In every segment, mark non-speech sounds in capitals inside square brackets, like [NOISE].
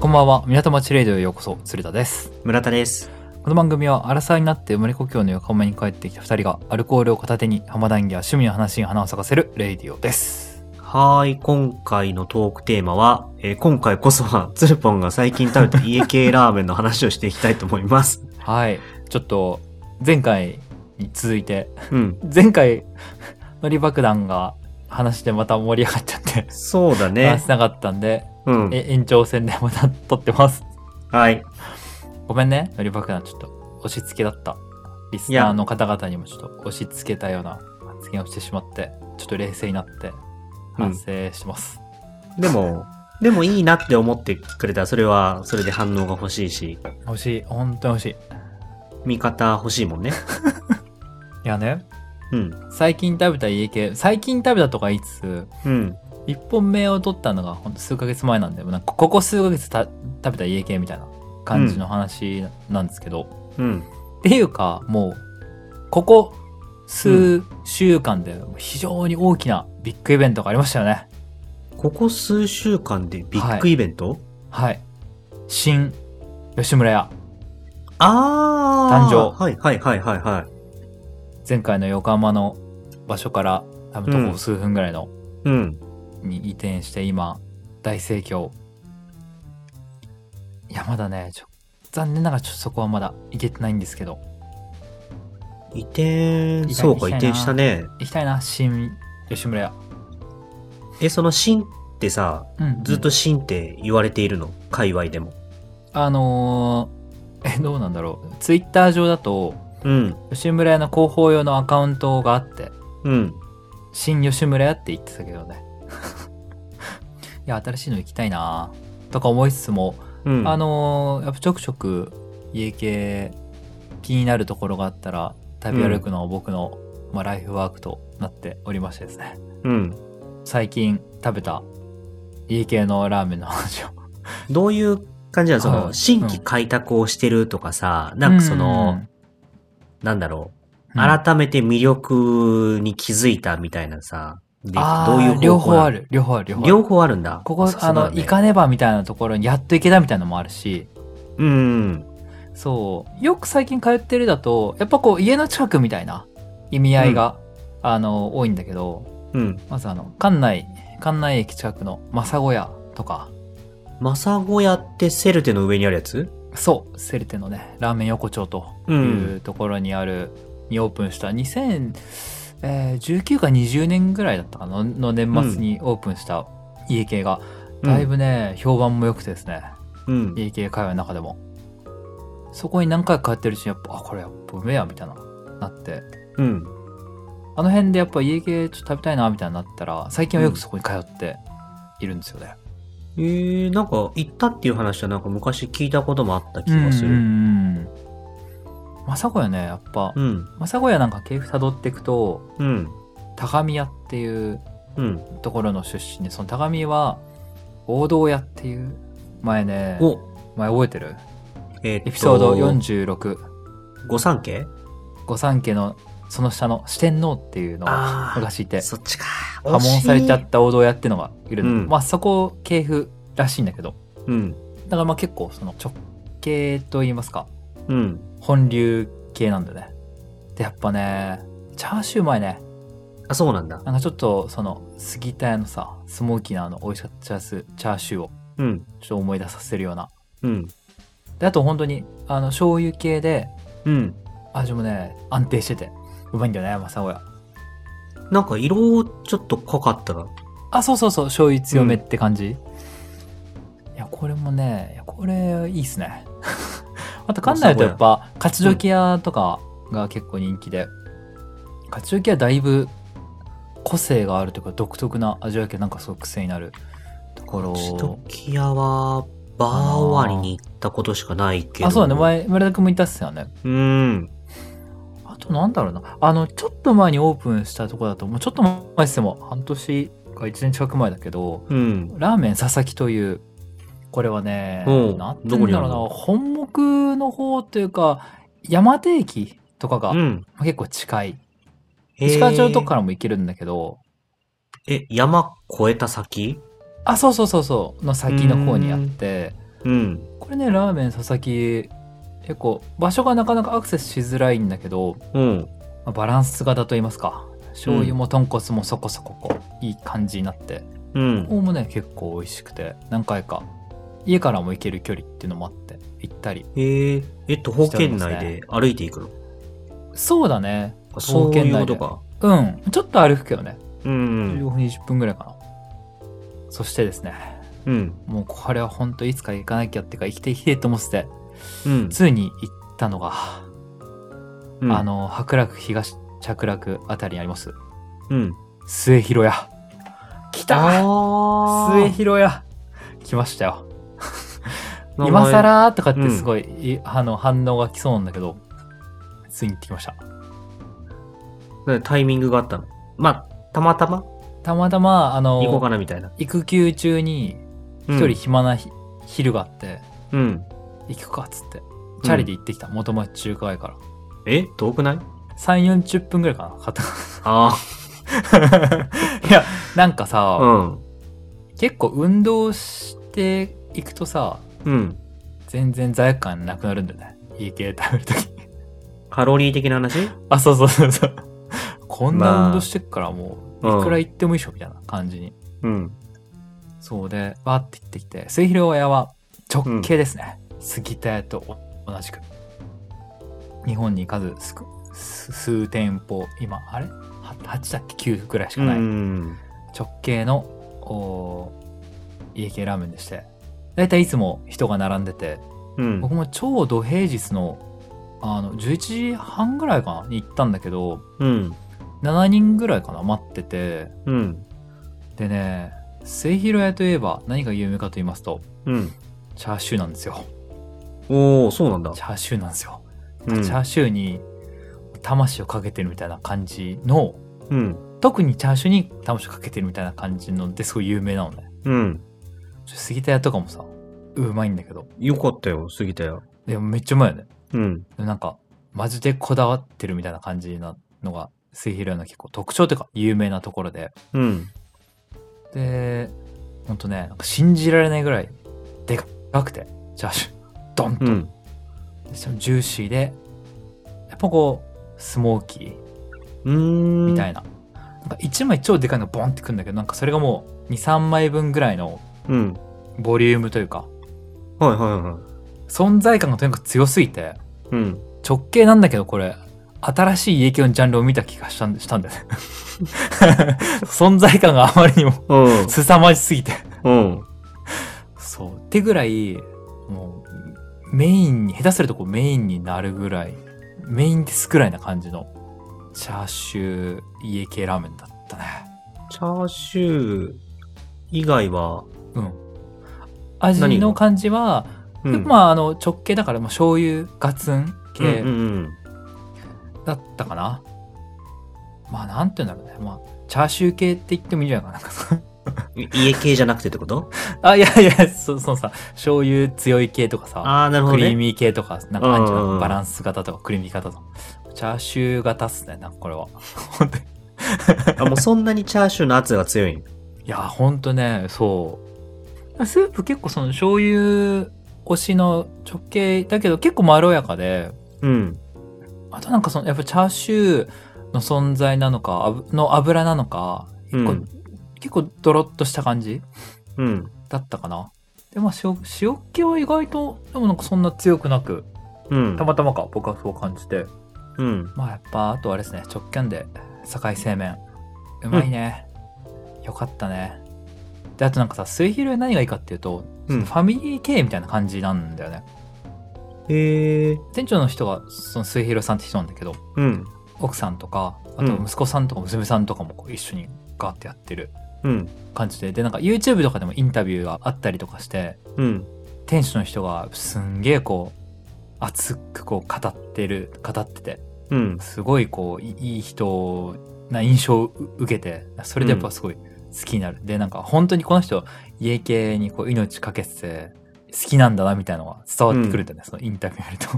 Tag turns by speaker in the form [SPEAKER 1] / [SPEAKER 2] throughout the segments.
[SPEAKER 1] こんばんは港町レイドへようこそ鶴田です
[SPEAKER 2] 村田です。
[SPEAKER 1] この番組は荒沢になって生まれ故郷の横浜に帰ってきた2人がアルコールを片手に浜談義や趣味の話に花を咲かせるレイディオです
[SPEAKER 2] はーい、今回のトークテーマは、えー今回こそは、 [LAUGHS] つるぽんが最近食べた家系ラーメンの話をしていきたいと思い
[SPEAKER 1] [LAUGHS]
[SPEAKER 2] ます。
[SPEAKER 1] はいちょっと前回に続いて
[SPEAKER 2] うん。
[SPEAKER 1] 前回のり爆弾が話してまた盛り上がっちゃって
[SPEAKER 2] そうだね
[SPEAKER 1] 話。せなかったんで、
[SPEAKER 2] うん。
[SPEAKER 1] え延長戦でまた撮ってます
[SPEAKER 2] はい。
[SPEAKER 1] ごめんねのり爆弾ちょっと押し付けだったリスナーの方々にもちょっと押し付けたような発言をしてしまってちょっと冷静になって反省してます、
[SPEAKER 2] でも、でもいいなって思ってくれたら、それは、それで反応が欲しいし、
[SPEAKER 1] 欲しい本当に欲しい
[SPEAKER 2] 味方欲しい
[SPEAKER 1] [LAUGHS]
[SPEAKER 2] もんね。
[SPEAKER 1] いやね
[SPEAKER 2] うん。
[SPEAKER 1] 最近食べた家系最近食べたとか言いつつ
[SPEAKER 2] うん。
[SPEAKER 1] 1本目を取ったのがほんと数ヶ月前なんでもうなんかここ数ヶ月た食べた家系みたいな感じの話なんですけど、
[SPEAKER 2] うん。
[SPEAKER 1] っていうかもうここ数週間で非常に大きなビッグイベントがありましたよね
[SPEAKER 2] ここ数週間でビッグイベント、
[SPEAKER 1] はい新吉村屋
[SPEAKER 2] あ
[SPEAKER 1] 誕
[SPEAKER 2] ー。
[SPEAKER 1] 生
[SPEAKER 2] はいはいはいはいはい。
[SPEAKER 1] 前回の横浜の場所から多分徒歩数分ぐらいの
[SPEAKER 2] うん。
[SPEAKER 1] に移転して今大盛況いやまだねちょ残念ながらちょっとそこはまだ行けてないんですけど
[SPEAKER 2] 移
[SPEAKER 1] 移
[SPEAKER 2] 転、
[SPEAKER 1] 転
[SPEAKER 2] そうか、
[SPEAKER 1] し
[SPEAKER 2] 移
[SPEAKER 1] たいな
[SPEAKER 2] 転したね。
[SPEAKER 1] 行きたいな新吉村屋
[SPEAKER 2] え、その新ってさ、
[SPEAKER 1] うん
[SPEAKER 2] ずっと新って言われているの、界隈でも。
[SPEAKER 1] あのーえどうなんだろうツイッター上だと
[SPEAKER 2] うん、
[SPEAKER 1] 吉村屋の広報用のアカウントがあって
[SPEAKER 2] うん。
[SPEAKER 1] 新吉村屋って言ってたけどね [LAUGHS] いや新しいの行きたいなとか思いつつも、
[SPEAKER 2] うん、
[SPEAKER 1] あ、のーやっぱちょくちょく家系気になるところがあったら食べ歩くのは僕の、まあ、ライフワークとなっておりましてですね
[SPEAKER 2] うん。
[SPEAKER 1] 最近食べた家系のラーメンの話を
[SPEAKER 2] どういう感じなのそ
[SPEAKER 1] はい
[SPEAKER 2] の、新規開拓をしてるとかさ、なんかその、なんだろう、
[SPEAKER 1] うん
[SPEAKER 2] 改めて魅力に気づいたみたいなさ、で
[SPEAKER 1] あー
[SPEAKER 2] どういう方向
[SPEAKER 1] 両方あ
[SPEAKER 2] る
[SPEAKER 1] る両方ある両方ある
[SPEAKER 2] 両方あるんだ。
[SPEAKER 1] ここ
[SPEAKER 2] そう
[SPEAKER 1] あの、
[SPEAKER 2] そうだね
[SPEAKER 1] 行かねばみたいなところにやっと行けたみたいなのもあるし
[SPEAKER 2] うん。
[SPEAKER 1] そうよく最近通ってるだとやっぱこう家の近くみたいな意味合いが、あの多いんだけど
[SPEAKER 2] うん。
[SPEAKER 1] まずあの館内館内駅近くの政子屋とか
[SPEAKER 2] マサゴヤってセルテの上にあるやつ
[SPEAKER 1] そうセルテのねラーメン横丁と
[SPEAKER 2] う。
[SPEAKER 1] いうんところにある、にオープンした2019か20年ぐらいだったかなのの年末にオープンした家系が、だいぶね評判も良くてですね
[SPEAKER 2] うん。
[SPEAKER 1] 家系会話の中でもそこに何回か通ってるうちにやっぱあこれやっぱうめえやみたいななって
[SPEAKER 2] うん。
[SPEAKER 1] あの辺でやっぱ家系ちょっと食べたいなみたいになったら最近はよくそこに通っているんですよね。
[SPEAKER 2] えー、なんか、行ったっていう話はなんか昔聞いたこともあった気
[SPEAKER 1] うん、
[SPEAKER 2] がする。
[SPEAKER 1] うん。政子屋ねやっぱ
[SPEAKER 2] うん。
[SPEAKER 1] 政子屋なんか系譜たどっていくと
[SPEAKER 2] うん。
[SPEAKER 1] 高見屋っていう
[SPEAKER 2] うん。
[SPEAKER 1] ところの出身でその高見は王道屋っていう前ね
[SPEAKER 2] お、
[SPEAKER 1] 前覚えてる
[SPEAKER 2] えーっと
[SPEAKER 1] エピソード46
[SPEAKER 2] 御三家
[SPEAKER 1] 御三家のその下の四天王っていうのを
[SPEAKER 2] あー
[SPEAKER 1] 昔いて
[SPEAKER 2] そっちか。。
[SPEAKER 1] 破門されちゃったた王道屋ってのがいるの、
[SPEAKER 2] うん
[SPEAKER 1] まあそこ系譜らしいんだけど
[SPEAKER 2] うん。
[SPEAKER 1] だからまあ結構その直系と言いますか
[SPEAKER 2] うん。
[SPEAKER 1] 本流系なんだよねでやっぱねチャーシュー前ね
[SPEAKER 2] あ、そうなんだ。
[SPEAKER 1] なんかちょっとその杉田屋のさスモーキーなあの美味しかったチャースチャーシューを
[SPEAKER 2] うん。
[SPEAKER 1] ちょっと思い出させるような
[SPEAKER 2] うん。
[SPEAKER 1] であと本当にあの醤油系で
[SPEAKER 2] うん。
[SPEAKER 1] 味もね安定しててうまいんだよね正子屋
[SPEAKER 2] なんか色ちょっと濃かったな。
[SPEAKER 1] あそうそうそう醤油強めって感じ、いやこれもねいやこれいいっすね [LAUGHS] あと館内だとやっぱ勝どき屋とかが結構人気で、勝どき屋だいぶ個性があるというか独特な味わい系なんかすごく癖になるところ
[SPEAKER 2] ちとき屋は、バー終わりに行ったことしかないけど。
[SPEAKER 1] あそうだね。前村田君もいたっすよね
[SPEAKER 2] うん。
[SPEAKER 1] あとなんだろうなあのちょっと前にオープンしたとこだともうちょっと前っすよもう半年か1年近く前だけど、
[SPEAKER 2] うん。
[SPEAKER 1] ラーメン佐々木というこれはね
[SPEAKER 2] うん
[SPEAKER 1] なんて言うんだろうな
[SPEAKER 2] どこにあるの
[SPEAKER 1] 本木の方というか山手駅とかが
[SPEAKER 2] うん。
[SPEAKER 1] 結構近い
[SPEAKER 2] へー
[SPEAKER 1] 石川町とかからも行けるんだけど、
[SPEAKER 2] え、山越えた先
[SPEAKER 1] あそうそうそうそうの先の方にあって
[SPEAKER 2] うん。
[SPEAKER 1] これねラーメン佐々木結構場所がなかなかアクセスしづらいんだけど、
[SPEAKER 2] うん。
[SPEAKER 1] まあバランス型と言いますか醤油も豚骨もそこそここういい感じになって
[SPEAKER 2] うん。
[SPEAKER 1] ここもね結構美味しくて何回か家からも行ける距離っていうのもあって行ったり
[SPEAKER 2] えええ、徒歩圏内で歩いていくの
[SPEAKER 1] そうだね
[SPEAKER 2] あそ
[SPEAKER 1] 徒歩
[SPEAKER 2] う
[SPEAKER 1] 圏
[SPEAKER 2] いうこ
[SPEAKER 1] 内で
[SPEAKER 2] とか。
[SPEAKER 1] うんちょっと歩くけどね
[SPEAKER 2] うん
[SPEAKER 1] 15分20分ぐらいかなそしてですね
[SPEAKER 2] うん。うん。
[SPEAKER 1] もうこれは本当いつか行かなきゃってか生きていきてえと思ってて
[SPEAKER 2] うん。
[SPEAKER 1] ついに行ったのが、
[SPEAKER 2] うん
[SPEAKER 1] あ、の白楽東着楽あたりにあります
[SPEAKER 2] うん。
[SPEAKER 1] 末広屋来た
[SPEAKER 2] あ
[SPEAKER 1] 末広屋来ましたよ
[SPEAKER 2] 名前
[SPEAKER 1] 今更とかってすごい、いあの反応が来そうなんだけどついに行ってきました
[SPEAKER 2] ねタイミングがあったの。まあ、たまたま
[SPEAKER 1] たまたまあ
[SPEAKER 2] 行こうか
[SPEAKER 1] の
[SPEAKER 2] なみたいな。
[SPEAKER 1] 育休中に一人暇なひ、昼があって
[SPEAKER 2] うん。うん。
[SPEAKER 1] 行くかっつってチャリで行ってきた元町中華街から
[SPEAKER 2] え遠くない
[SPEAKER 1] 3 4 0分ぐらいかな片
[SPEAKER 2] [LAUGHS] あ
[SPEAKER 1] いやなんか
[SPEAKER 2] あ。
[SPEAKER 1] さ、
[SPEAKER 2] うん。
[SPEAKER 1] 結構運動していくとさ
[SPEAKER 2] うん。
[SPEAKER 1] 全然罪悪感なくなるんだよね家系食べるとき
[SPEAKER 2] カロリー的な話
[SPEAKER 1] あそうそうそうそうこん
[SPEAKER 2] まあ
[SPEAKER 1] な運動してっからもう、
[SPEAKER 2] うん
[SPEAKER 1] いくら行ってもいいっしょみたいな感じに
[SPEAKER 2] うん。
[SPEAKER 1] そうでバーって行ってきて末広屋は直径ですね、杉田屋と同じく日本に数すくす数店舗今あれ 8, だっけ9くらいしか
[SPEAKER 2] う
[SPEAKER 1] ない、
[SPEAKER 2] ん。
[SPEAKER 1] 直系のおー家系ラーメンでしてだいたいいつも人が並んでて
[SPEAKER 2] うん。
[SPEAKER 1] 僕も超土平日のあの11時半ぐらいかなに行ったんだけど
[SPEAKER 2] うん。
[SPEAKER 1] 7人ぐらいかな待ってて
[SPEAKER 2] うん。
[SPEAKER 1] でね末広屋といえば何が有名かと言いますと
[SPEAKER 2] うん。
[SPEAKER 1] チャーシューなんですよ
[SPEAKER 2] おー、そうなんだ。
[SPEAKER 1] チャーシューなんですよ、
[SPEAKER 2] うん
[SPEAKER 1] チャーシューに魂をかけてるみたいな感じの
[SPEAKER 2] うん。
[SPEAKER 1] 特にチャーシューに魂をかけてるみたいな感じのですごい有名なのね
[SPEAKER 2] うん。
[SPEAKER 1] ちょ杉田屋とかもさうまいんだけど
[SPEAKER 2] よかったよ、杉田屋。
[SPEAKER 1] でもめっちゃうまいよね
[SPEAKER 2] うん。
[SPEAKER 1] でもなんかマジでこだわってるみたいな感じなのが末広屋の結構特徴というか有名なところで
[SPEAKER 2] うん。
[SPEAKER 1] でほんとねなんか信じられないぐらいでかくてチャーシュードンと、
[SPEAKER 2] うん。
[SPEAKER 1] でしかもジューシーでやっぱこうスモーキー
[SPEAKER 2] うーん。
[SPEAKER 1] みたいな,、なんか1枚超でかいのボンってくるんだけどなんかそれがもう23枚分ぐらいの
[SPEAKER 2] うん。
[SPEAKER 1] ボリュームというか
[SPEAKER 2] はいはいはい。
[SPEAKER 1] 存在感がとにかく強すぎて
[SPEAKER 2] うん。
[SPEAKER 1] 直径なんだけどこれ新しい家系のジャンルを見た気がしたんしたんだよね [LAUGHS] 存在感があまりにも
[SPEAKER 2] うん。
[SPEAKER 1] 凄まじすぎて
[SPEAKER 2] うん。
[SPEAKER 1] そうってぐらいもうメインに下手するとこうメインになるぐらいメインですくらいな感じのチャーシュー家系ラーメンだったね
[SPEAKER 2] チャーシュー以外は、
[SPEAKER 1] うん味
[SPEAKER 2] 何が
[SPEAKER 1] の感じは、
[SPEAKER 2] うん。あ、
[SPEAKER 1] まああの直径だからもう醤油ガツン
[SPEAKER 2] うん
[SPEAKER 1] 系
[SPEAKER 2] うん
[SPEAKER 1] だったかな、まあなんて言うんだろうねまあチャーシュー系って言ってもいいんじゃないかな [LAUGHS] なんかその
[SPEAKER 2] うん。い家系じゃなくてってこと
[SPEAKER 1] あいやいやそそのさ醤油強い系とかさ
[SPEAKER 2] ああ、なるほ
[SPEAKER 1] ク
[SPEAKER 2] ど
[SPEAKER 1] リー
[SPEAKER 2] ね。
[SPEAKER 1] ミー系とかなんかあんじゃ
[SPEAKER 2] うんうんうん
[SPEAKER 1] んバランス型とかクリーミー型とかチャーシュー型っすねなんかこれは本当に
[SPEAKER 2] あ、もうそんなにチャーシューの圧が強いん。
[SPEAKER 1] いやほんとねそうスープ結構その醤油推しの直径だけど結構まろやかで
[SPEAKER 2] うん。
[SPEAKER 1] あとなんかそのやっぱチャーシューの存在なのかあぶの油なのか
[SPEAKER 2] う
[SPEAKER 1] 結構,、
[SPEAKER 2] ん。
[SPEAKER 1] 結構ドロッとした感じ
[SPEAKER 2] うん。
[SPEAKER 1] だったかなでまあ塩塩気は意外とでもなんかそんな強くなく
[SPEAKER 2] うん
[SPEAKER 1] た。またまか僕はそう感じて
[SPEAKER 2] うん。
[SPEAKER 1] まあやっぱあとあれですね直感で堺製麺うまいね、よかったねであとなんかさ末広屋何がいいかっていうと、
[SPEAKER 2] うん
[SPEAKER 1] ファミリー経営みたいな感じなんだよね
[SPEAKER 2] へえ。
[SPEAKER 1] 店長の人がその末広屋さんって人なんだけど
[SPEAKER 2] うん。
[SPEAKER 1] 奥さんとかあと息子さんとか娘さんとかもこう一緒にガーってやってる
[SPEAKER 2] うん。
[SPEAKER 1] 感じででなんか YouTube とかでもインタビューがあったりとかして
[SPEAKER 2] うん。
[SPEAKER 1] 店主の人がすんげえこう熱くこう語ってる語ってて
[SPEAKER 2] うん。
[SPEAKER 1] すごいこういいい人な印象を受けてそれでやっぱすごい好きになる、でなんか本当にこの人家系にこう命かけてて好きなんだなみたいなのが伝わってくるんだよね、そのインタビューやると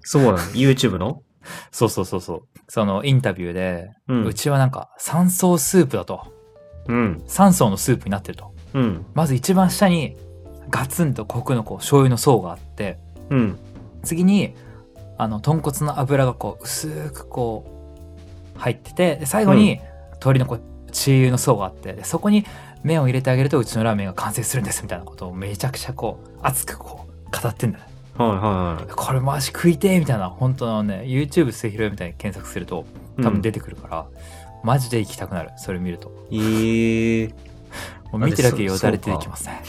[SPEAKER 2] そうなの ?YouTube の
[SPEAKER 1] [LAUGHS] そうそうそうそうそのインタビューで、
[SPEAKER 2] う。
[SPEAKER 1] うんちはなんか三層スープだと
[SPEAKER 2] うん。
[SPEAKER 1] 三層のスープになってると
[SPEAKER 2] うん。
[SPEAKER 1] まず一番下にガツンとコクのこう醤油の層があって
[SPEAKER 2] うん。
[SPEAKER 1] 次にあの豚骨の脂がこう薄くこう入っててで最後に鶏のこう血油の層があってでそこに麺を入れてあげるとうちのラーメンが完成するんですみたいなことをめちゃくちゃこう熱くこう語ってんだよ
[SPEAKER 2] はいはいは
[SPEAKER 1] これマジ食いてえみたいな本当のね YouTube 末広いみたいに検索すると
[SPEAKER 2] い。
[SPEAKER 1] 多分
[SPEAKER 2] で
[SPEAKER 1] 出てくるから、マジで行きたくなるそれ見ると
[SPEAKER 2] えー、
[SPEAKER 1] もう見てるだけでよだれ出てきますね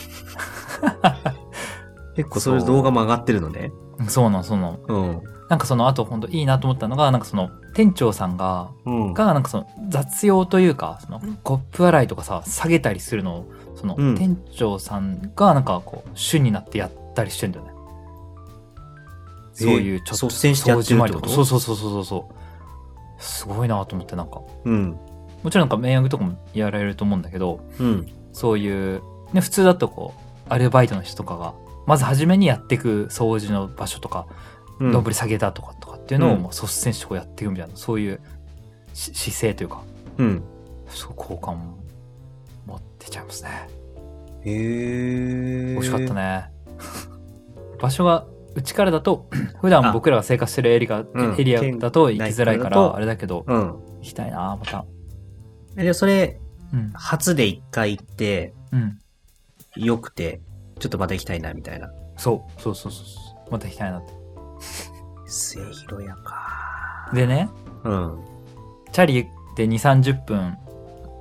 [SPEAKER 2] [LAUGHS] 結構そういう動画も上がってるのね。
[SPEAKER 1] うんそうなんそうなん
[SPEAKER 2] うん。
[SPEAKER 1] なんかそのあと本当いいなと思ったのがなんかその店長さんが
[SPEAKER 2] うん。
[SPEAKER 1] がなんかその雑用というかそのコップ洗いとかさ下げたりするのをその
[SPEAKER 2] うん
[SPEAKER 1] 店長さんがなんかこう主になってやったりしてんだよね、そういうちょっと
[SPEAKER 2] 率先してやってるってこと
[SPEAKER 1] そうそうそうそうそうそうすごいなと思ってなんか
[SPEAKER 2] うん。
[SPEAKER 1] もちろんなんか麺上げとかもやられると思うんだけど
[SPEAKER 2] うん。
[SPEAKER 1] そういう、ね、普通だとこうアルバイトの人とかがまず初めにやっていく掃除の場所とか
[SPEAKER 2] うん。
[SPEAKER 1] どんぶり下げだとかとかっていうのを
[SPEAKER 2] うん
[SPEAKER 1] もう率先してこうやっていくみたいなそういうし姿勢というか
[SPEAKER 2] うん。
[SPEAKER 1] すごい好感持ってちゃいますね
[SPEAKER 2] へえ。
[SPEAKER 1] 美味しかった。ね場所がうちからだと普段僕らが生活してるエリア,、
[SPEAKER 2] うん
[SPEAKER 1] エリアだと行きづらいから
[SPEAKER 2] 県
[SPEAKER 1] あれだけど
[SPEAKER 2] うん。
[SPEAKER 1] 行きたいなまた
[SPEAKER 2] えで、それ、
[SPEAKER 1] うん
[SPEAKER 2] 初で一回行って、
[SPEAKER 1] うん
[SPEAKER 2] 良くて、ちょっとまた行きたいな、みたいな。
[SPEAKER 1] そうそうそうそうそうまた行きたいなって
[SPEAKER 2] 末広屋か。
[SPEAKER 1] でね
[SPEAKER 2] うん。
[SPEAKER 1] チャリで2 3 0分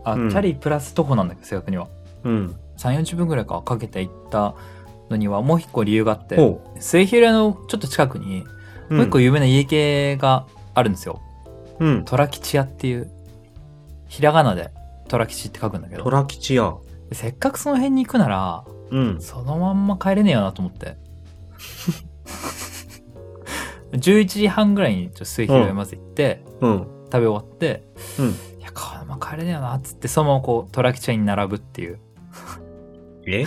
[SPEAKER 1] あ、
[SPEAKER 2] うん
[SPEAKER 1] チャリプラス徒歩なんだけど正確には
[SPEAKER 2] うん。
[SPEAKER 1] 3 4 0分ぐらいかかけて行ったのにはもう一個理由があって
[SPEAKER 2] ほう。
[SPEAKER 1] 末広屋のちょっと近くにもう一個有名な家系があるんですよ、
[SPEAKER 2] うん。
[SPEAKER 1] トラ吉屋っていうひらがなでトラ吉って書くんだけど
[SPEAKER 2] 虎吉屋。
[SPEAKER 1] せっかくその辺に行くなら
[SPEAKER 2] うん。
[SPEAKER 1] そのまんま帰れねえよなと思って
[SPEAKER 2] [LAUGHS]
[SPEAKER 1] 11時半ぐらいにちょっと末広屋まず行って、
[SPEAKER 2] うん。
[SPEAKER 1] 食べ終わって、
[SPEAKER 2] うん
[SPEAKER 1] いやこのまま帰れねえよなっつってそのままこうトラ吉屋に並ぶっていう
[SPEAKER 2] え
[SPEAKER 1] っ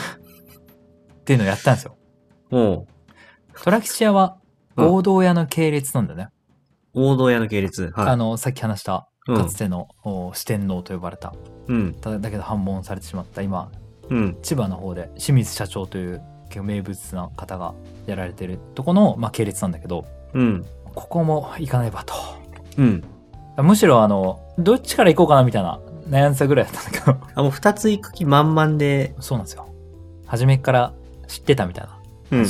[SPEAKER 1] ていうのをやったんです
[SPEAKER 2] [LAUGHS]
[SPEAKER 1] よ
[SPEAKER 2] おう。
[SPEAKER 1] トラ吉屋は
[SPEAKER 2] うん
[SPEAKER 1] 合同屋の系列なんだよね、
[SPEAKER 2] 王道屋の系列。
[SPEAKER 1] あ
[SPEAKER 2] は
[SPEAKER 1] のさっき話した
[SPEAKER 2] い。うん
[SPEAKER 1] かつての、お四天王と呼ばれた
[SPEAKER 2] うん。
[SPEAKER 1] ただだけど反問されてしまった今
[SPEAKER 2] うん。
[SPEAKER 1] 千葉の方で清水社長という結構名物な方がやられてるとこの、まあ、系列なんだけど
[SPEAKER 2] うん。
[SPEAKER 1] ここも行かねばと
[SPEAKER 2] うん。
[SPEAKER 1] むしろあのどっちから行こうかなみたいな悩んでたぐらいだったんだけど [LAUGHS]
[SPEAKER 2] あ、もう二つ行く気満々で。
[SPEAKER 1] そうなんですよ初めから知ってたみたいな
[SPEAKER 2] うん。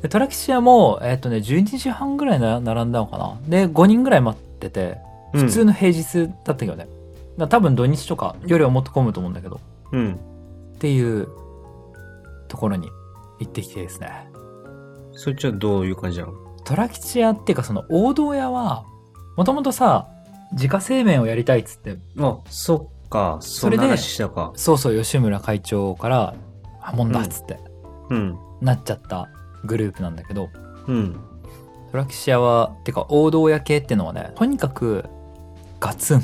[SPEAKER 1] でトラキシアもえっ、とね12時半ぐらいな並んだのかなで5人ぐらい待ってて普通の平日だったけどね、だから多分土日とか夜はもっと混むと思うんだけど
[SPEAKER 2] うん。
[SPEAKER 1] っていうところに行ってきてですね
[SPEAKER 2] そっちはどういう感じなの
[SPEAKER 1] トラ吉屋っていうかその王道屋はもともとさ自家製麺をやりたいっつって
[SPEAKER 2] あ、そっか。そ
[SPEAKER 1] それ
[SPEAKER 2] れ
[SPEAKER 1] で
[SPEAKER 2] で。話したか。
[SPEAKER 1] そうそう吉村会長から「あもんだ」っつって、
[SPEAKER 2] うん。
[SPEAKER 1] なっちゃったグループなんだけど
[SPEAKER 2] うん。
[SPEAKER 1] トラ吉屋はってか王道屋系ってのはねとにかくガツン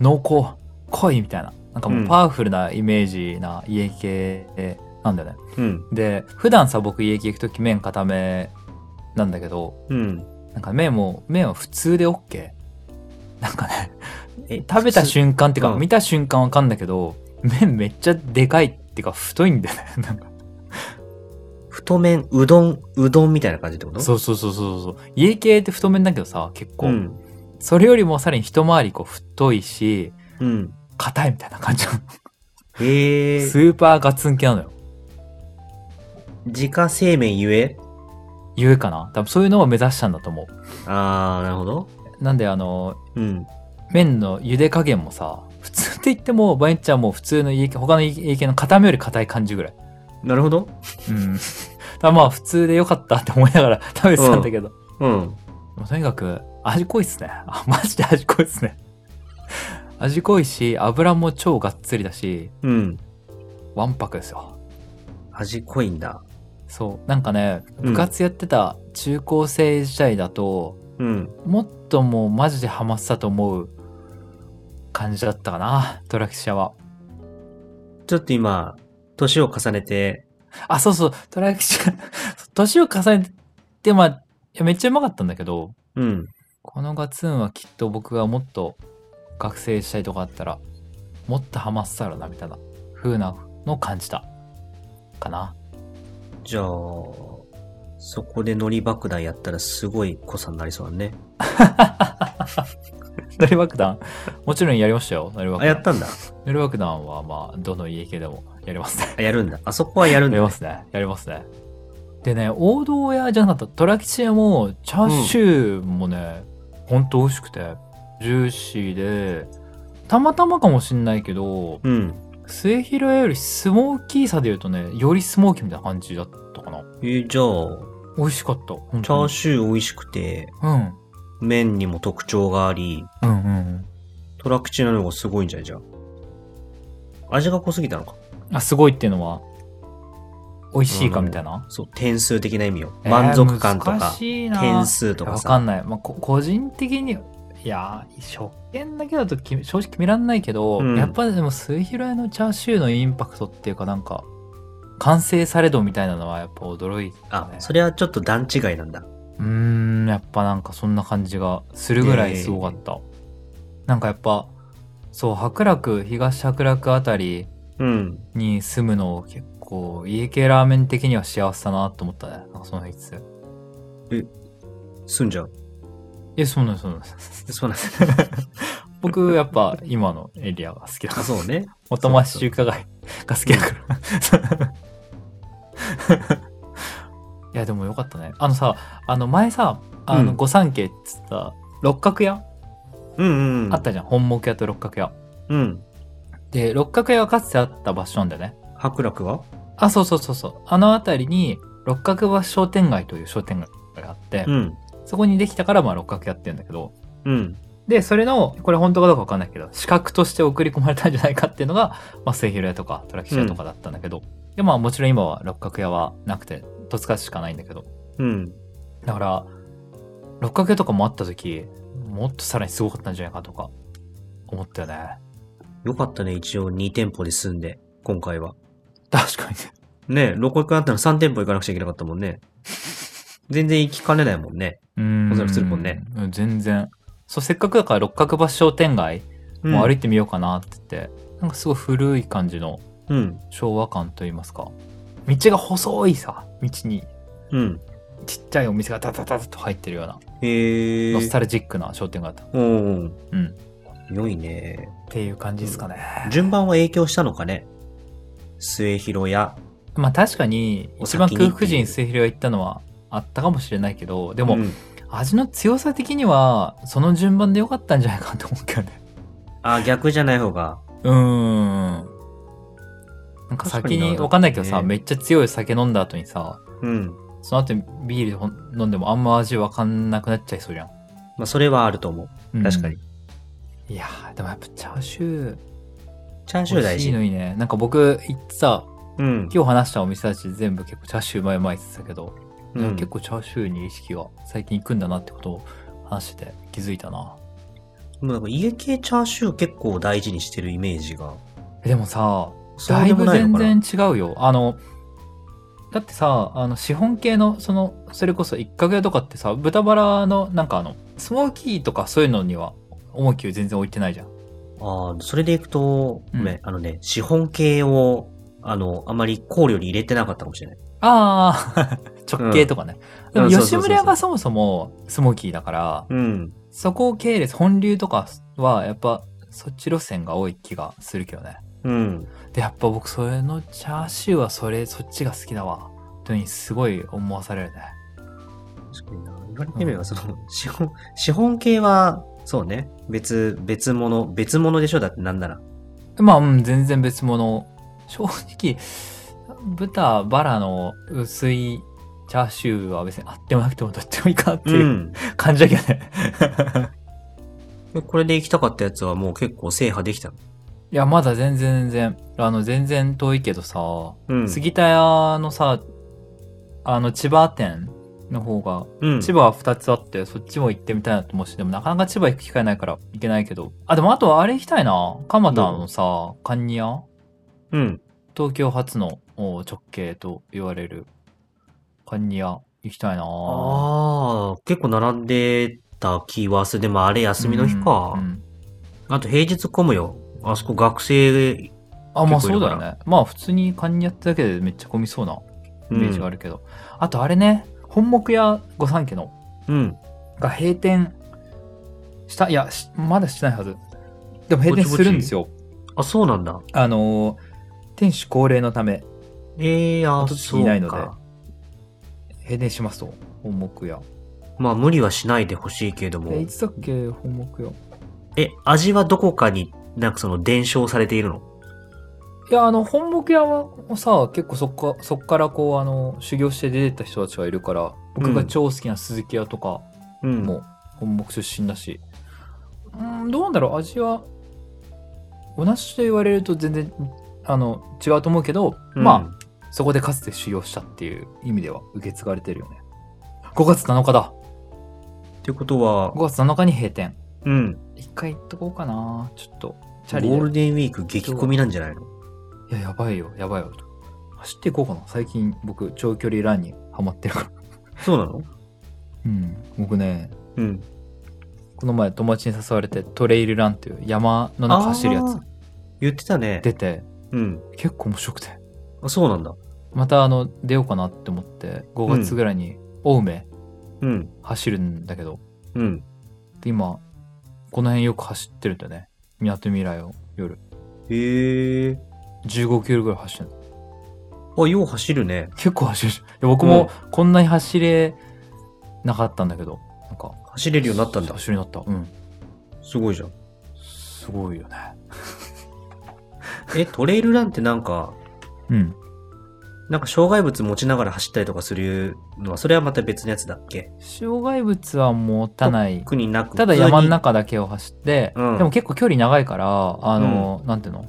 [SPEAKER 1] 濃厚濃いみたいななんかもううんパワフルなイメージな家系なんだよね、
[SPEAKER 2] うん。
[SPEAKER 1] で普段さ僕家系行く時麺固めなんだけど
[SPEAKER 2] うん。
[SPEAKER 1] なんか麺も麺は普通で OK なんかね
[SPEAKER 2] え
[SPEAKER 1] 食べた瞬間っていうか、
[SPEAKER 2] うん
[SPEAKER 1] 見た瞬間わかんだけど麺めっちゃでかいっていうか太いんだよね [LAUGHS] なんか
[SPEAKER 2] 太麺、うどん、うどんみたいな感じってこと
[SPEAKER 1] そうそうそうそうそう家系って太麺だけどさ結構、
[SPEAKER 2] うん。
[SPEAKER 1] それよりもさらに一回りこう太いし
[SPEAKER 2] うん。
[SPEAKER 1] 硬いみたいな感じなの
[SPEAKER 2] へえ。
[SPEAKER 1] スーパーガツン系なのよ
[SPEAKER 2] 自家製麺ゆえ
[SPEAKER 1] 言うかな多分そういうのを目指したんだと思う
[SPEAKER 2] あー、なるほど。
[SPEAKER 1] なんであの
[SPEAKER 2] うん。
[SPEAKER 1] 麺の茹で加減もさ普通って言ってもバインちゃんもう普通の家系他の家系の固めより硬い感じぐらい
[SPEAKER 2] なるほど。
[SPEAKER 1] うん。たまあ普通でよかったって思いながら [LAUGHS] 食べてたんだけど。
[SPEAKER 2] うん。
[SPEAKER 1] でもとにかく味濃いっすね。 [LAUGHS] あ、マジで味濃いっすね。味濃いし、油も超がっつりだし、
[SPEAKER 2] うん。
[SPEAKER 1] わんぱくですよ。
[SPEAKER 2] 味濃いんだ。
[SPEAKER 1] そう。なんかね、
[SPEAKER 2] うん
[SPEAKER 1] 部活やってた中高生時代だと、
[SPEAKER 2] うん。
[SPEAKER 1] もっともうマジでハマってたと思う感じだったかな、トラキシアは。
[SPEAKER 2] ちょっと今、年を重ねて、
[SPEAKER 1] あ、そうそう、トラキシア、 [LAUGHS] 年を重ねて、まあ、いやめっちゃうまかったんだけど、
[SPEAKER 2] うん。
[SPEAKER 1] このガツンはきっと僕がもっと学生したいとかあったらもっとハマってたらなみたいな風なのを感じたかな。 [LAUGHS]
[SPEAKER 2] じゃあ、そこで海苔爆弾やったらすごい濃さになりそうだね。
[SPEAKER 1] ノリ爆弾、もちろんやりましたよ。ノリ爆
[SPEAKER 2] あ、や
[SPEAKER 1] 弾
[SPEAKER 2] っ。たんだ。
[SPEAKER 1] ノリ爆弾は、まあ、どの家系でもやりますね。
[SPEAKER 2] あやるんだ。あそこはやるん
[SPEAKER 1] やり
[SPEAKER 2] だ
[SPEAKER 1] ま。すね。やりますね。でね、王道屋じゃなかった、トラキシ屋も、チャーシューもね、ほんと美味しくて、ジューシーで、たまたまかもしんないけど、
[SPEAKER 2] うん。
[SPEAKER 1] 末広屋よりスモーキーさで言うとね、よりスモーキーみたいな感じだったかな。
[SPEAKER 2] えーじゃあ、
[SPEAKER 1] 美味しかった。本
[SPEAKER 2] チャ
[SPEAKER 1] 当
[SPEAKER 2] ー
[SPEAKER 1] に
[SPEAKER 2] シュー美味しくて、
[SPEAKER 1] うん。
[SPEAKER 2] 麺にも特徴があり、
[SPEAKER 1] うんうん
[SPEAKER 2] トラクチなのがすごいんじゃないじゃあ。味が濃すぎたのか。
[SPEAKER 1] うん。あ、すごいっていうのは、美味しいかみたいな。
[SPEAKER 2] そう、点数的な意味を。
[SPEAKER 1] えー
[SPEAKER 2] 満足感と
[SPEAKER 1] 難
[SPEAKER 2] か、
[SPEAKER 1] しいな
[SPEAKER 2] 点数とか
[SPEAKER 1] わか
[SPEAKER 2] さ。
[SPEAKER 1] んない、まあ、こ個人的にいや初見だけだとき正直決めらんないけど、
[SPEAKER 2] うん
[SPEAKER 1] やっぱでも末広屋のチャーシューのインパクトっていうかなんか完成されどみたいなのはやっぱ驚いた
[SPEAKER 2] あ
[SPEAKER 1] ね、
[SPEAKER 2] それはちょっと段違いなんだ。
[SPEAKER 1] うーんやっぱなんかそんな感じがするぐらいすごかった、なんかやっぱそう白楽東白楽あたり
[SPEAKER 2] うん。
[SPEAKER 1] に住むのを結構家系ラーメン的には幸せだなと思ったねなんかそのいつ
[SPEAKER 2] すんじゃう。
[SPEAKER 1] えそうなんですそうなんです
[SPEAKER 2] そうなんだ。
[SPEAKER 1] 僕やっぱ今のエリアが好きだ
[SPEAKER 2] あ、そうね。
[SPEAKER 1] 元町中華街が好きだから。いや、でもよかったね。あのさ、あの前さ、あ
[SPEAKER 2] う
[SPEAKER 1] の
[SPEAKER 2] ん
[SPEAKER 1] 御三家っつった六角屋、
[SPEAKER 2] うんうん。
[SPEAKER 1] あったじゃん。本木屋と六角屋。
[SPEAKER 2] うん。
[SPEAKER 1] で、六角屋がかつてあった場所なんだよね。
[SPEAKER 2] 白楽は
[SPEAKER 1] あ、そうそうそうそう。あの辺りに六角橋商店街という商店街があって、
[SPEAKER 2] うん。
[SPEAKER 1] そこにできたからまあ六角屋って言うんだけど、
[SPEAKER 2] うん。
[SPEAKER 1] で、それの、これ本当かどうかわかんないけど、資格として送り込まれたんじゃないかっていうのが、まあ、末広屋とか、トラキシ屋とかだったんだけど、で、まあ、もちろん今は六角屋はなくて、戸塚市しかないんだけど、
[SPEAKER 2] うん。
[SPEAKER 1] だから、六角屋とかもあった時、もっとさらにすごかったんじゃないかとか、思ったよね。
[SPEAKER 2] よかったね、一応2店舗で住んで、今回は。
[SPEAKER 1] 確かにね。
[SPEAKER 2] ねえ、6個行くなったら3店舗行かなくちゃいけなかったも
[SPEAKER 1] [LAUGHS]
[SPEAKER 2] んね。全然行きかねないもんね。
[SPEAKER 1] うーん。
[SPEAKER 2] おそらくするもんね
[SPEAKER 1] う。全然。そう、せっかくだから六角橋商店街、もう歩
[SPEAKER 2] れ
[SPEAKER 1] いてみようかなって言って、なんかすごい古い感じの
[SPEAKER 2] うん。
[SPEAKER 1] 昭和感といいますか、道が細いさ、道に。
[SPEAKER 2] うん。
[SPEAKER 1] ちっちゃいお店がダダダダと入ってるような、
[SPEAKER 2] へえ。
[SPEAKER 1] ノスタルジックな商店街だった。
[SPEAKER 2] うん。
[SPEAKER 1] うん。
[SPEAKER 2] 良いね。
[SPEAKER 1] っていう感じですかね。
[SPEAKER 2] 順番は影響したのかね末広屋。
[SPEAKER 1] まあ確かに、
[SPEAKER 2] お
[SPEAKER 1] 一
[SPEAKER 2] 先
[SPEAKER 1] 番
[SPEAKER 2] に
[SPEAKER 1] 空腹時に末広が行ったのはあったかもしれないけど、でも、
[SPEAKER 2] うん
[SPEAKER 1] 味の強さ的には、その順番で良かったんじゃないかと思うけどね。
[SPEAKER 2] あ、逆じゃない方が。
[SPEAKER 1] うーん。なんか先
[SPEAKER 2] 確かに
[SPEAKER 1] に、
[SPEAKER 2] な
[SPEAKER 1] わかんないけどさ、
[SPEAKER 2] ね
[SPEAKER 1] めっちゃ強い酒飲んだ後にさ、
[SPEAKER 2] うん。
[SPEAKER 1] その後にビールほん飲んでもあんま味わかんなくなっちゃいそうじゃん。
[SPEAKER 2] まあ、それはあると思う。
[SPEAKER 1] うん
[SPEAKER 2] 確かに。。
[SPEAKER 1] いやー、でもやっぱチャーシュー、
[SPEAKER 2] チャーシ
[SPEAKER 1] 美
[SPEAKER 2] ュー
[SPEAKER 1] 味
[SPEAKER 2] 大
[SPEAKER 1] しい
[SPEAKER 2] 事。
[SPEAKER 1] のいいね。なんか僕行ってさ、
[SPEAKER 2] うん。
[SPEAKER 1] 今日話したお店たち全部結構チャーシューうまいうまいって言ってたけど、
[SPEAKER 2] う
[SPEAKER 1] で
[SPEAKER 2] ん
[SPEAKER 1] も結構チャーシューに意識が最近行くんだなってことを話してて気づいたな
[SPEAKER 2] でもなんか家系チャーシュー結構大事にしてるイメージが。
[SPEAKER 1] えでもさ
[SPEAKER 2] そう
[SPEAKER 1] だ
[SPEAKER 2] で
[SPEAKER 1] い
[SPEAKER 2] も
[SPEAKER 1] ぶ
[SPEAKER 2] ないの
[SPEAKER 1] 全
[SPEAKER 2] かな
[SPEAKER 1] 然違うよあのだってさあの資本系のそのそれこそ一角屋とかってさ豚バラのなんかあのスモーキーとかそういうのには重きを全然置いてないじゃん
[SPEAKER 2] ああ、それでいくと、
[SPEAKER 1] うん
[SPEAKER 2] ごめん、あのね、資本系を、あの、あまり考慮に入れてなかったかもしれない。
[SPEAKER 1] ああ [LAUGHS] 直系とかね、
[SPEAKER 2] うん
[SPEAKER 1] で
[SPEAKER 2] そ
[SPEAKER 1] も
[SPEAKER 2] うそ
[SPEAKER 1] 吉
[SPEAKER 2] うそうそう
[SPEAKER 1] 村屋がそもそもスモーキーだから
[SPEAKER 2] うん。
[SPEAKER 1] そこ系列本流とかはやっぱそっち路線が多い気がするけどね
[SPEAKER 2] うん。
[SPEAKER 1] でやっぱ僕それのチャーシューはそれそっちが好きだわというふうにすごい思わされるね
[SPEAKER 2] 確かにな。言われてみれば、その、 [LAUGHS] 資本、資本系は、そうね、別、別物、別物でしょだってなんなら。
[SPEAKER 1] まあうん全然別物正直豚バラの薄いチャーシューは別にあってもなくてもどっちもいいかなっていう、
[SPEAKER 2] ん。
[SPEAKER 1] 感じだけどね
[SPEAKER 2] でこれで行きたかったやつはもう結構制覇できたの。
[SPEAKER 1] いやまだ全然全然あの全然遠いけどさ、
[SPEAKER 2] うん。
[SPEAKER 1] 杉田屋のさあの千葉店の方が
[SPEAKER 2] うん。
[SPEAKER 1] 千葉は2つあって、そっちも行ってみたいなと思うし、でもなかなか千葉行く機会ないから行けないけど。あ、でもあとはあれ行きたいな。蒲田のさ、カンニ屋
[SPEAKER 2] うん。
[SPEAKER 1] 東京初のお直径と言われるカンニ屋行きたいな。
[SPEAKER 2] ああ、結構並んでた気はする。でもあれ休みの日か。
[SPEAKER 1] うんうん
[SPEAKER 2] あと平日混むよ。あそこ学生
[SPEAKER 1] あ、まあ
[SPEAKER 2] 結
[SPEAKER 1] そ
[SPEAKER 2] 構いる
[SPEAKER 1] う
[SPEAKER 2] か
[SPEAKER 1] だ
[SPEAKER 2] ら
[SPEAKER 1] よね。まあ普通にカニやっただけでめっちゃ混みそうなイメージがあるけど。あとあれね、本木屋御三家の
[SPEAKER 2] うん。
[SPEAKER 1] が閉店した、いや、しまだしてないはず。でも閉店するんですよ。
[SPEAKER 2] あ、そうなんだ。
[SPEAKER 1] あのー、店主高齢のため
[SPEAKER 2] ええー、あ、
[SPEAKER 1] 跡地
[SPEAKER 2] そ
[SPEAKER 1] に
[SPEAKER 2] う
[SPEAKER 1] ないので
[SPEAKER 2] か。
[SPEAKER 1] 閉店しますと、本木屋。
[SPEAKER 2] まあ、無理はしないでほしいけれど
[SPEAKER 1] え、い
[SPEAKER 2] も。
[SPEAKER 1] つだっけ、本木屋。
[SPEAKER 2] え、味はどこかに、なんかその伝承されているの
[SPEAKER 1] いや、あの、本木屋はさ、結構そこかそっからこう、あの、修行して出てった人たちがいるから、僕が超好きな鈴木屋とか、
[SPEAKER 2] うん。
[SPEAKER 1] もう本木出身だし、うん、どうなんだろう味は同じと言われると全然あの違うと思うけど、
[SPEAKER 2] うん
[SPEAKER 1] まあそこでかつて修行したっていう意味では受け継がれてるよね5月7日だ
[SPEAKER 2] ってことは、
[SPEAKER 1] 5月7日に閉店
[SPEAKER 2] うん。
[SPEAKER 1] 一回行っとこうかなちょっとチ
[SPEAKER 2] ゴ
[SPEAKER 1] ャリ
[SPEAKER 2] ール
[SPEAKER 1] で
[SPEAKER 2] デンウィーク激混みなんじゃないの
[SPEAKER 1] いややばいよやばいよ走っていこうかな最近僕長距離ランにハマってる
[SPEAKER 2] [LAUGHS]
[SPEAKER 1] から
[SPEAKER 2] そうなの
[SPEAKER 1] うん僕ね
[SPEAKER 2] うん。
[SPEAKER 1] この前友達に誘われてトレイルランっていう山の中走るや
[SPEAKER 2] あ
[SPEAKER 1] つ
[SPEAKER 2] ー言ってたね。
[SPEAKER 1] 出て
[SPEAKER 2] うん。
[SPEAKER 1] 結構面白くて
[SPEAKER 2] あ、そうなんだ。
[SPEAKER 1] またあの出ようかなって思って5月ぐらいに青梅
[SPEAKER 2] うん。
[SPEAKER 1] 走るんだけど、
[SPEAKER 2] うん。
[SPEAKER 1] で今この辺よく走ってるんだよねみなとみらいを夜
[SPEAKER 2] へえ。
[SPEAKER 1] 15キロぐらい走ってる
[SPEAKER 2] あ、よう走るね。
[SPEAKER 1] 結構走るしいや僕もこんなに走れなかったんだけどなんか
[SPEAKER 2] 走れるようになったんだ。
[SPEAKER 1] 走るようになったうん
[SPEAKER 2] すごいじゃん。
[SPEAKER 1] すごいよね
[SPEAKER 2] え、トレイルランってなんか、
[SPEAKER 1] うん
[SPEAKER 2] なんか障害物持ちながら走ったりとかするのは、それはまた別のやつだっけ
[SPEAKER 1] 障害物は持たない
[SPEAKER 2] 苦になく。
[SPEAKER 1] ただ
[SPEAKER 2] 普通に
[SPEAKER 1] 山の。中だけを走って、
[SPEAKER 2] うん
[SPEAKER 1] でも結構距離長いからあの、なんていうの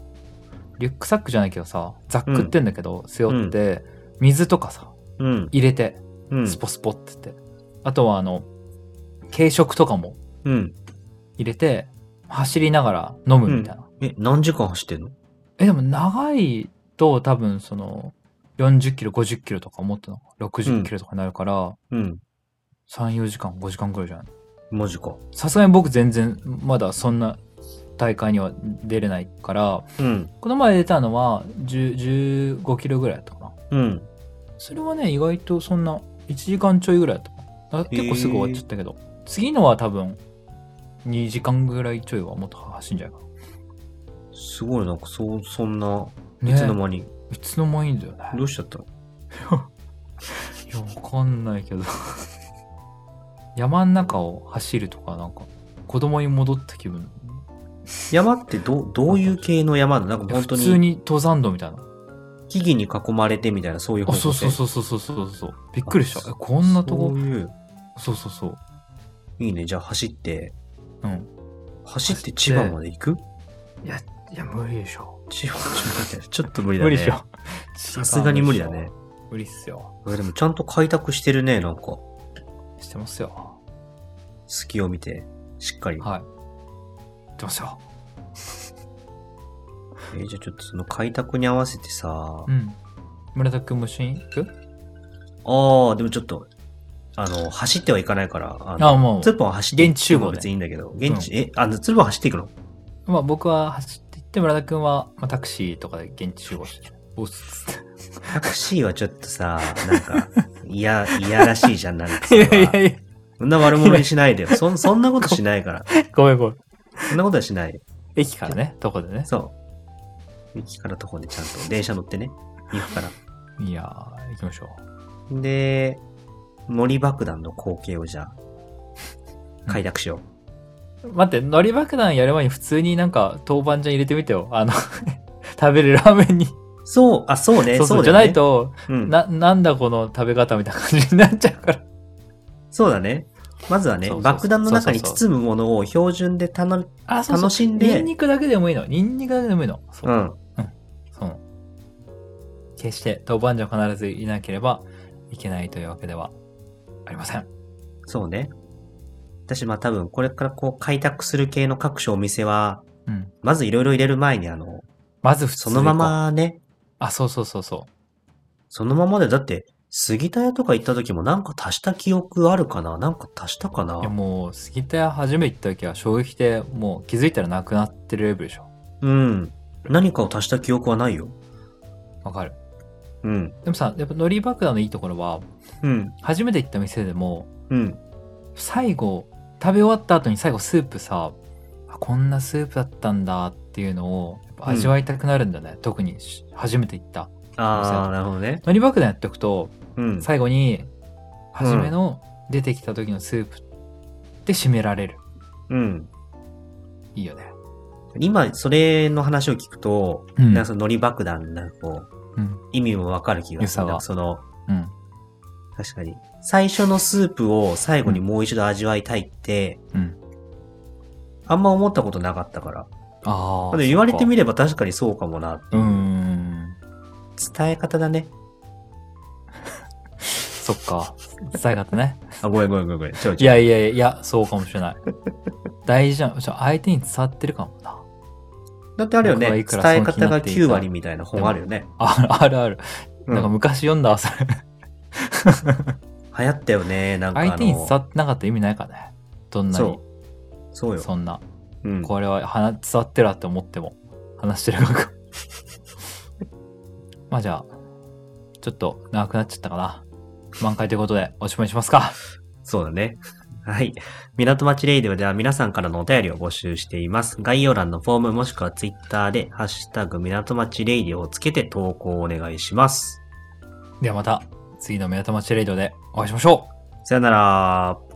[SPEAKER 1] リュックサックじゃないけどさザックってんだけど、背負って、水とかさ
[SPEAKER 2] うん。
[SPEAKER 1] 入れて
[SPEAKER 2] うん。
[SPEAKER 1] スポスポってって、あとはあの軽食とかも
[SPEAKER 2] うん。
[SPEAKER 1] 入れて走りながら飲むみたいな、
[SPEAKER 2] え、何時間走ってんの
[SPEAKER 1] えでも長いと多分その40キロ50キロとかもっとなんか60キロとかになるから、
[SPEAKER 2] うん。
[SPEAKER 1] 34時間5時間ぐらいじゃない
[SPEAKER 2] マジか。
[SPEAKER 1] さすがに僕全然まだそんな大会には出れないから
[SPEAKER 2] うん。
[SPEAKER 1] この前出たのは10 15キロぐらいだったかな
[SPEAKER 2] うん。
[SPEAKER 1] それはね意外とそんな1時間ちょいぐらいだったかな結構すぐ終わっちゃったけど、次のは多分2時間ぐらいちょいはもっと走んじゃないか
[SPEAKER 2] すごい、なんか、そう、そんな、
[SPEAKER 1] ない
[SPEAKER 2] つの
[SPEAKER 1] ね
[SPEAKER 2] 間に。
[SPEAKER 1] いつの間にだよね
[SPEAKER 2] どうしちゃったの
[SPEAKER 1] いやわかんないけど [LAUGHS] 山ん中を走るとかなんか子供に戻った気分
[SPEAKER 2] 山ってどう、どういう系の山なのなん
[SPEAKER 1] いや
[SPEAKER 2] か本
[SPEAKER 1] 普
[SPEAKER 2] 当
[SPEAKER 1] 通
[SPEAKER 2] に、
[SPEAKER 1] に登山道みたいな
[SPEAKER 2] 木々に囲まれてみたいな、そういう
[SPEAKER 1] あ
[SPEAKER 2] 方向性
[SPEAKER 1] そうそうそうそうそうそうそうびっくりしたえこんなとこ
[SPEAKER 2] そういう、
[SPEAKER 1] そうそうそう
[SPEAKER 2] いいね。じゃあ走って、
[SPEAKER 1] うん
[SPEAKER 2] 走って千葉まで行く
[SPEAKER 1] いや無理でしょ
[SPEAKER 2] 千葉、ちょっと待って、ちょっと無理だ
[SPEAKER 1] 無
[SPEAKER 2] ね。
[SPEAKER 1] 理でしょ
[SPEAKER 2] [LAUGHS] さすがに無理だね。
[SPEAKER 1] 無理っすよ
[SPEAKER 2] えでもちゃんと開拓してるね、なんか。
[SPEAKER 1] してますよ
[SPEAKER 2] 隙を見て、しっかり。
[SPEAKER 1] はい行ってますよ
[SPEAKER 2] えーじゃあちょっとその開拓に合わせてさ、
[SPEAKER 1] うん。村田君も一緒に行く
[SPEAKER 2] ああ、でもちょっと、あの、走ってはいかないから、あ
[SPEAKER 1] あ
[SPEAKER 2] の、
[SPEAKER 1] も
[SPEAKER 2] ツルポンは走って
[SPEAKER 1] 現地集合ね
[SPEAKER 2] 別にいいんだけど、現地、え、あの、ツルポン走っていくの
[SPEAKER 1] う、まあ、僕は走って行って村田君は、まあ、タクシーとかで現地集合してボスっつっ
[SPEAKER 2] タクシーはちょっとさ、なんか、 [LAUGHS] いや、いやらしいじゃん、なんかそ
[SPEAKER 1] て [LAUGHS] [LAUGHS]
[SPEAKER 2] れ
[SPEAKER 1] い
[SPEAKER 2] は。
[SPEAKER 1] やいやい
[SPEAKER 2] そんな悪者にしないでよ。そんそんなことしないから。
[SPEAKER 1] やごめんごめん
[SPEAKER 2] そんなことはしないよ。
[SPEAKER 1] 駅からねとこでね
[SPEAKER 2] そう。駅から徒歩でちゃんと電車乗ってね、行くから。
[SPEAKER 1] いやー行きましょ
[SPEAKER 2] で、森爆弾の光景をじゃあ、開拓しよ
[SPEAKER 1] う待ってのり爆弾やる前に普通になんか豆板醤入れてみてよあの [LAUGHS] 食べるラーメンに
[SPEAKER 2] う。そう、あ、そうね、
[SPEAKER 1] そうそう、
[SPEAKER 2] そうだよね
[SPEAKER 1] じゃない、と、
[SPEAKER 2] うん
[SPEAKER 1] ななんだこの食べ方みたいな感じになっちゃう
[SPEAKER 2] [LAUGHS]
[SPEAKER 1] から
[SPEAKER 2] そうだね。まずはね
[SPEAKER 1] そうそう、そう
[SPEAKER 2] 爆弾の中に包むものを標準で頼む。
[SPEAKER 1] あ
[SPEAKER 2] そうそう楽しんで。
[SPEAKER 1] ニンニクだけでもいいのニンニクだけでもいいのそううんそう。決して豆板醤必ずいなければいけないというわけではありません。
[SPEAKER 2] そうね。私、まあ多分、これからこう、開拓する系の各種お店は、
[SPEAKER 1] うん。
[SPEAKER 2] まずいろいろ入れる前に、あの、
[SPEAKER 1] まず普通
[SPEAKER 2] そ
[SPEAKER 1] に行
[SPEAKER 2] の
[SPEAKER 1] こう
[SPEAKER 2] ま。まね、
[SPEAKER 1] あ、そうそうそうそ
[SPEAKER 2] そのままで、だって、杉田屋とか行った時もなんか足した記憶あるかななんか足したか
[SPEAKER 1] う。
[SPEAKER 2] ない
[SPEAKER 1] やもう、杉田屋初めて行った時は衝撃でもう気づいたらなくなってるレベルでしょ。
[SPEAKER 2] うん。何かを足した記憶はないよ。
[SPEAKER 1] わかる。
[SPEAKER 2] うん。
[SPEAKER 1] でもさ、やっぱ海苔爆弾のいいところは、
[SPEAKER 2] うん。
[SPEAKER 1] 初めて行った店でも、
[SPEAKER 2] うん。
[SPEAKER 1] 最後、食べ終わった後に最後スープさ、あこんなスープだったんだっていうのを、やっぱ味わいたくなるんだよね。特にし初めて行った。
[SPEAKER 2] ああ、なるほどね。
[SPEAKER 1] 海苔爆弾やっておくと、
[SPEAKER 2] うん。
[SPEAKER 1] 最後に、初めの出てきた時のスープで締められる。
[SPEAKER 2] うん。
[SPEAKER 1] いいよね。
[SPEAKER 2] 今、それの話を聞くと、
[SPEAKER 1] うん
[SPEAKER 2] なんかその海苔爆弾、なんかこう、
[SPEAKER 1] うん。
[SPEAKER 2] 意味もわかる気が
[SPEAKER 1] 良
[SPEAKER 2] する。
[SPEAKER 1] さ
[SPEAKER 2] なん
[SPEAKER 1] が
[SPEAKER 2] かその、
[SPEAKER 1] うん。
[SPEAKER 2] 確かに。最初のスープを最後にもう一度味わいたいって、
[SPEAKER 1] うん
[SPEAKER 2] あんま思ったことなかったから。
[SPEAKER 1] ああ。
[SPEAKER 2] でも言われてみ
[SPEAKER 1] る。
[SPEAKER 2] れば確かにそうかもなって
[SPEAKER 1] う
[SPEAKER 2] い
[SPEAKER 1] ー
[SPEAKER 2] う。
[SPEAKER 1] ん。
[SPEAKER 2] 伝え方だね。
[SPEAKER 1] そっ
[SPEAKER 2] [LAUGHS]
[SPEAKER 1] か。伝え方ね。
[SPEAKER 2] あ、ごめんごめんごめんごめん。ちょい
[SPEAKER 1] い
[SPEAKER 2] ちょい。
[SPEAKER 1] やいやいや、そうかもしれない。大事じゃん。ちょ相手に伝わってるかもな。
[SPEAKER 2] だってあるよね。
[SPEAKER 1] 僕は
[SPEAKER 2] 伝
[SPEAKER 1] いくらそう
[SPEAKER 2] え方が9
[SPEAKER 1] 気になっ
[SPEAKER 2] 割
[SPEAKER 1] ていた
[SPEAKER 2] みたいな本あるよね。
[SPEAKER 1] ああるある。
[SPEAKER 2] うん
[SPEAKER 1] なんか昔読んだわ、それ。
[SPEAKER 2] 流行ったよね。なんかあの。
[SPEAKER 1] 相手に伝わってなかったら意味ないからね。どんなに
[SPEAKER 2] そ、う。そうよ。
[SPEAKER 1] そんな、
[SPEAKER 2] うん。
[SPEAKER 1] これは話伝わってるわって思っても、話してる側が。 [LAUGHS] まあじゃあ、ちょっと長くなっちゃったかな。満開ということで、おしまいにしますか。
[SPEAKER 2] そうだね。はい。港町レイディオでは皆さんからのお便りを募集しています。概要欄のフォームもしくはツイッターで、ハッシュタグ港町レイディオをつけて投稿をお願いします。
[SPEAKER 1] ではまた、次の港町レイドでお会いしましょう
[SPEAKER 2] さよなら。